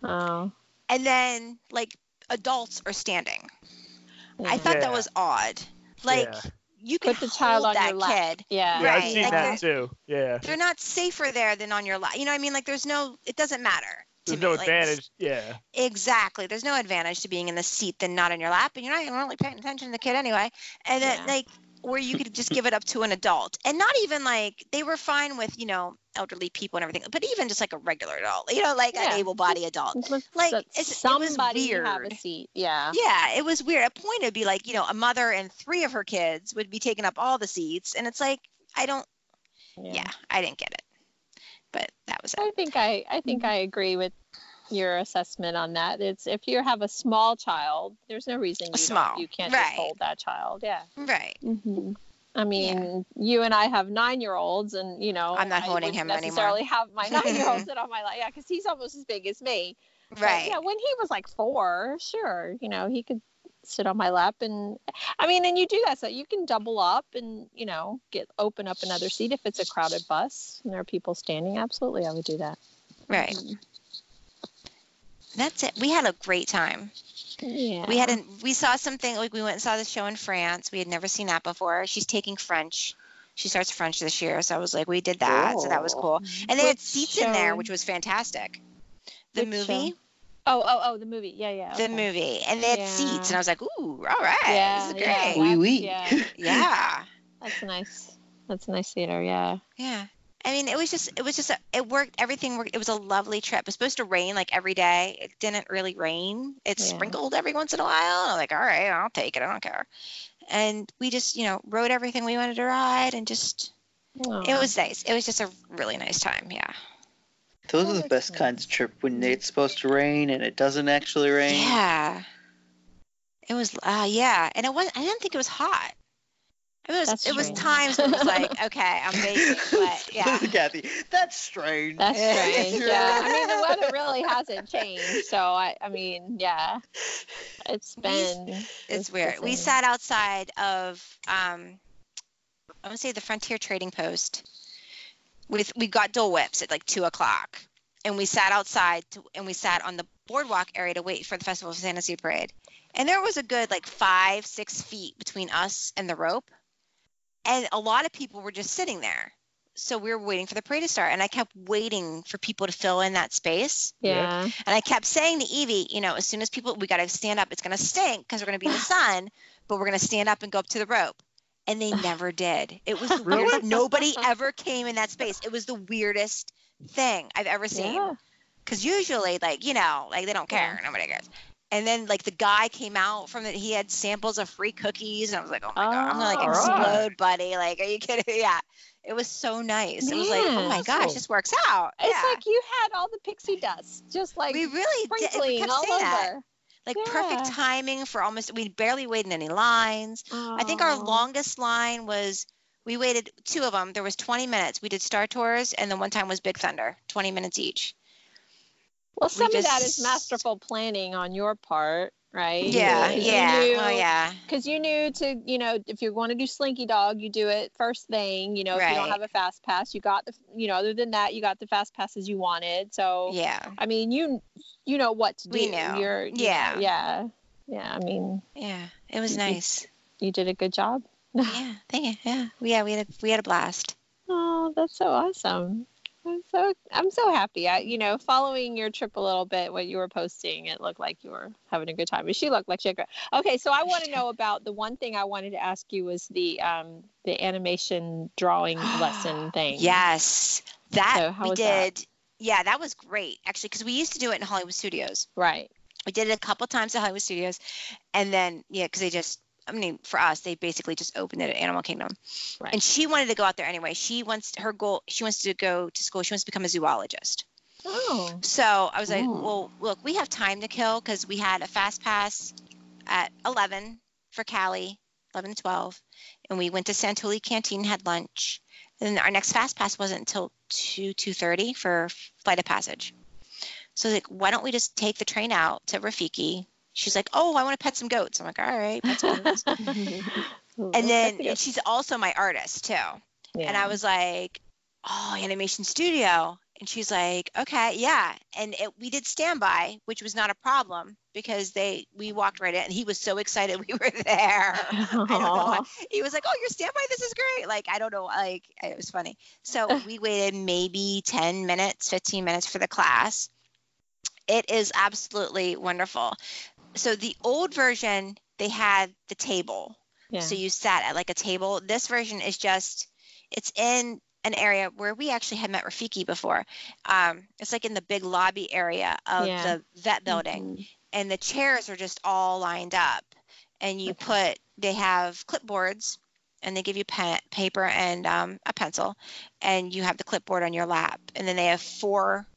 Oh.
and then like adults are standing. I
yeah.
thought
Yeah.
that was odd. Like
yeah.
you could
Mm-hmm. Put the child
hold
on
that
your lap.
kid.
Yeah.
Yeah, I've
Right,
seen
like
that too. Yeah.
They're not safer there than on your lap. You know what I mean? Like there's no, it doesn't matter. to
There's
me.
no
Like,
advantage. Yeah.
Exactly. There's no advantage to being in the seat than not in your lap, and you're not even really paying attention to the kid anyway. And then
Yeah.
like where you could just give it up to an adult, and not even like they were fine with you know elderly people and everything, but even just like a regular adult, you know, like
Yeah.
an able-bodied adult.
Let's
Like,
let
it's- it was
somebody have
weird.
a seat. Yeah.
Yeah, it was weird. At point it'd be like you know a mother and three of her kids would be taking up all the seats, and it's like I don't. Yeah, I didn't get it. But that was it.
I think I I think I agree with your assessment on that. It's if you have a small child, there's no reason you, don't-
Small,
you can't
right.
just hold that child. Yeah.
Right.
Mm-hmm. I mean, you and I have nine-year-olds, and you know,
I'm not
I
holding
wouldn't
him anymore.
necessarily have my nine-year-old sit on my lap, yeah, because he's almost as big as me. But,
Right.
you know, when he was like four, sure, you know, he could sit on my lap, and I mean, and you do that, so you can double up, and you know, get open up another seat if it's a crowded bus and there are people standing. Absolutely, I would do that.
Right. That's it. We had a great time.
Yeah.
We had an, we saw something like we went and saw the show in France. We had never seen that before. She's taking French. She starts French this year, so I was like, we did that, so that was cool. And they had
Which
seats in there,
show?
which was fantastic. The
Which
movie,
Oh, oh, oh, the movie. Yeah, yeah.
the movie, and they had
Yeah.
seats, and I was like, ooh, all right,
Yeah,
this is
yeah.
great.
Wee
That's-
wee.
yeah.
Yeah.
That's a nice. That's a nice theater. Yeah.
Yeah. I mean, it was just, it was just, a, it worked. Everything worked. It was a lovely trip. It was supposed to rain like every day. It didn't really rain. It
Yeah.
sprinkled every once in a while. And I'm like, all right, I'll take it. I don't care. And we just, you know, rode everything we wanted to ride and just, it
Aw.
was nice. It was just a really nice time. Yeah.
Those are the best kinds of trip when it's supposed to rain and it doesn't actually rain.
Yeah. It was, uh, yeah. And it was, I didn't think it was hot. It was
That's
it was
strange.
times where it was like, okay, I'm baking, but yeah.
Kathy, that's strange.
That's strange.
Yeah.
yeah. I mean, the weather really hasn't changed. So, I, I mean, yeah. It's been.
It's
the
weird. We
same.
sat outside of um I want to say the Frontier Trading Post. With we got Dole Whips at like two o'clock, and we sat outside to, and we sat on the boardwalk area to wait for the Festival of Fantasy Parade. And there was a good like five six feet between us and the rope, and a lot of people were just sitting there. So we were waiting for the parade to start, and I kept waiting for people to fill in that space.
Yeah.
And I kept saying to Evie, you know, as soon as people, we got to stand up. It's going to stink because we're going to be in the sun, but we're going to stand up and go up to the rope. And they never did. It was the weirdest.
Really?
Nobody ever came in that space. It was the weirdest thing I've ever seen.
Yeah.
Because usually, like, you know, like they don't care. Nobody cares. And then, like, the guy came out from it. He had samples of free cookies. And I was like, oh my God, I'm going to like
Oh.
explode, buddy. Like, are you kidding? Yeah. It was so nice. It was like, oh
Man.
my gosh, this works out.
It's
yeah.
like you had all the pixie dust, just like
we really did. and We
sprinkling
kept
all
saying
over.
that like perfect
Yeah.
timing for almost we barely waited any lines i think our
Oh.
longest line was we waited two of them there was 20 minutes we did star tours and the one time was big thunder 20 minutes each
Well,
we
some of that is
just-
masterful planning on your part, right?
yeah
Because you
yeah
knew-
oh yeah
Because you knew to, you know, if you want to do Slinky Dog, you do it first thing. You know, if you don't
Right.
have a fast pass, you got the, you know, other than that, you got the fast passes you wanted. So,
Oh, yeah
I mean, you, you know what to do.
We knew.
You're, you know,
Yeah.
yeah, yeah. I mean,
yeah it was
Mhm.
nice
you did a good job.
yeah thank you yeah We- yeah we had a, we had a blast
Oh, that's so awesome. I'm so I'm so happy. I, you know, following your trip a little bit, what you were posting, it looked like you were having a good time. But she looked like she had. Great. Okay, so I want to know about the one thing I wanted to ask you was the um the animation drawing lesson thing.
yes that
So how
we
was that?
did yeah that was great actually because we used to do it in hollywood studios
Right.
we did it a couple times at Hollywood Studios, and then yeah, because they just I mean for us they basically just opened it at Animal Kingdom,
Right.
and she wanted to go out there anyway. She wants her goal. She wants to go to school. She wants to become a zoologist.
Oh.
So I was like,
Mm.
well, look, we have time to kill because we had a fast pass at 11 for Cali, 11 to 12, and we went to Santulli Canteen had lunch. And then our next fast pass wasn't until 2 2:30 for Flight of Passage. So I was like, why don't we just take the train out to Rafiki? She's like, oh, I want to pet some goats. I'm like, all right. pet some goats." and then and she's also my artist too. And I was like, oh, animation studio. And she's like, okay, yeah. And it, we did standby, which was not a problem because they we walked right in. And he was so excited we were there.
I
don't know why. He was like, oh, you're standby. This is great. Like, I don't know. Like, it was funny. So we waited maybe 10 minutes, 15 minutes for the class. It is absolutely wonderful. So the old version, they had the table
Yeah.
so you sat at like a table. This version is just, it's in an area where we actually had met Rafiki before. Um, it's like in the big lobby area of
Yeah.
the vet building,
Mhm.
and the chairs are just all lined up. And you put, they have clipboards, and they give you pen, paper and um, a pencil, and you have the clipboard on your lap. And then they have four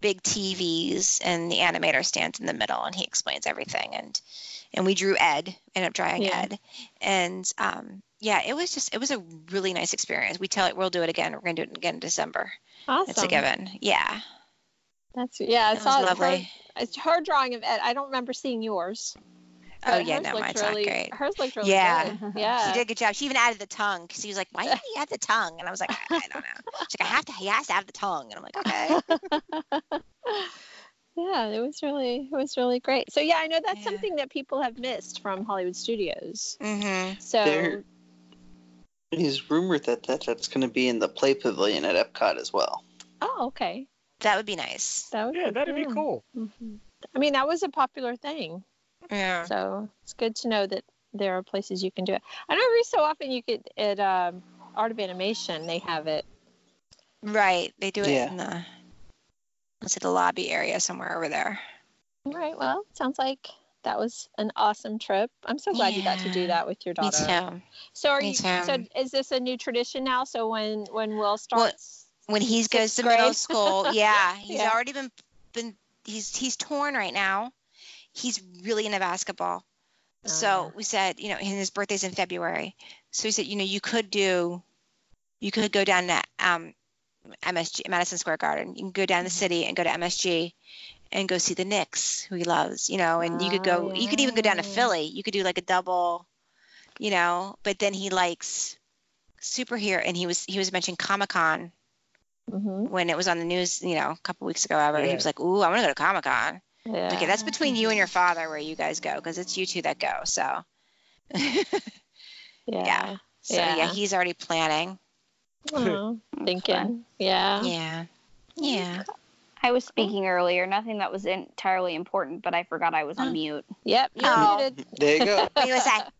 big TVs, and the animator stands in the middle, and he explains everything. And and we drew Ed, ended up drawing
Yeah.
Ed, and um, yeah, it was just it was a really nice experience. We tell it we'll do it again. We're gonna do it again in December.
Awesome.
That's a given. Yeah,
That's yeah. I
it was
saw
lovely.
Her, it's her drawing of Ed. I don't remember seeing yours.
oh
but
yeah,
hers
no,
looked
mine's
really,
not great.
Hers looked really
Yeah.
good. Yeah.
She did a good job. She even added the tongue because he was like, "Why did he add the tongue?" And I was like, "I, I don't know." She's like, "I have to. He has to have the tongue." And I'm like, "Okay."
yeah, it was really it was really great. So yeah, I know that's
Yeah.
something that people have missed from Hollywood studios.
mm-hmm.
So
There- It is rumored that, that that's going to be in the play pavilion at Epcot as well.
oh okay,
That would be nice.
that would
Yeah, that'd be cool.
Mhm. I mean, that was a popular thing.
Yeah.
So it's good to know that there are places you can do it. I know every so often you could at um, Art of Animation they have it.
Right. They do it
Yeah.
in the. Let's say the lobby area somewhere over there.
All right. Well, sounds like that was an awesome trip. I'm so glad you got to do
Yeah.
that with your daughter.
Me too.
So are
Me
you?
too.
So is this a new tradition now? So when when Will starts?
When he goes to
grade.
middle school, yeah, he's
Yeah.
already been been he's he's torn right now. He's really into basketball.
Oh,
so we said, you know, and his birthday's in February. So he said, you know, you could do, you could go down to um, MSG, Madison Square Garden. You can go down the
Mhm.
city and go to MSG and go see the Knicks, who he loves, you know, and you could
Oh,
go, you could even go down to
yeah.
Philly. You could do like a double, you know, but then he likes superhero and he was, he was mentioning Comic Con
hmm
when it was on the news, you know, a couple weeks ago, however, he
Yeah.
was like, ooh, I want to go to Comic Con.
Yeah.
Okay, that's between you and your father where you guys go because it's you two that go. So,
yeah.
yeah. so yeah.
Yeah.
he's already planning.
Aw,
That's fun.
thinking. Yeah.
Yeah. Yeah. Oh.
I was speaking earlier, nothing that was entirely important, but I forgot I was
Oh.
on mute.
Yep. You're
Oh.
muted.
There you go.
What was that?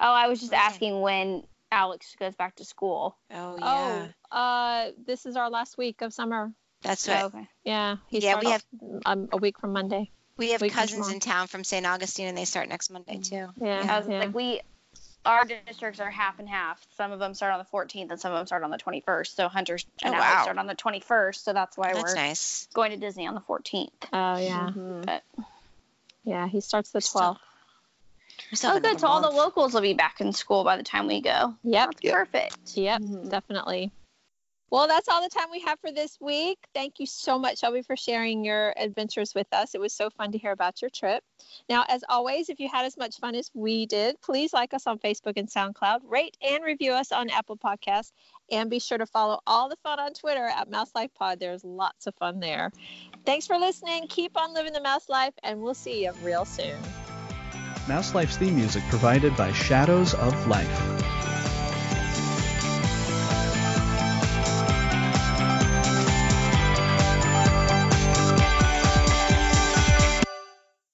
Oh, I was just
Okay.
asking when Alex goes back to school.
Oh, yeah.
Oh, uh, this is our last week of summer.
That's what.
Oh, okay.
Yeah. he
Yeah, we
starts um, a week from Monday.
We have
Wait, which
cousins
one?
in town from St. Augustine and they start next Monday too.
Yeah.
I was
yeah.
like, we, our districts are half and half. Some of them start on the 14th and some of them start on the 21st. So Hunter's and
Oh,
Alex
wow.
start on the 21st. So that's why
That's
we're
nice.
going to Disney on the Mm-hmm. 14th.
oh yeah.
But,
Yeah. He starts the
Still-
12th.
We still
oh,
have
good.
another
So all the
month.
locals will be back in school by the time we go.
Yep.
That's
Yep.
perfect.
Yep. Definitely. Well, that's all the time we have for this week. Thank you so much, Shelby, for sharing your adventures with us. It was so fun to hear about your trip. Now, as always, if you had as much fun as we did, please like us on Facebook and SoundCloud, rate and review us on Apple Podcasts, and be sure to follow all the fun on Twitter at Mouse Life Pod. There's lots of fun there. Thanks for listening. Keep on living the mouse life, and we'll see you real soon.
Mouse Life's theme music provided by Shadows of Life.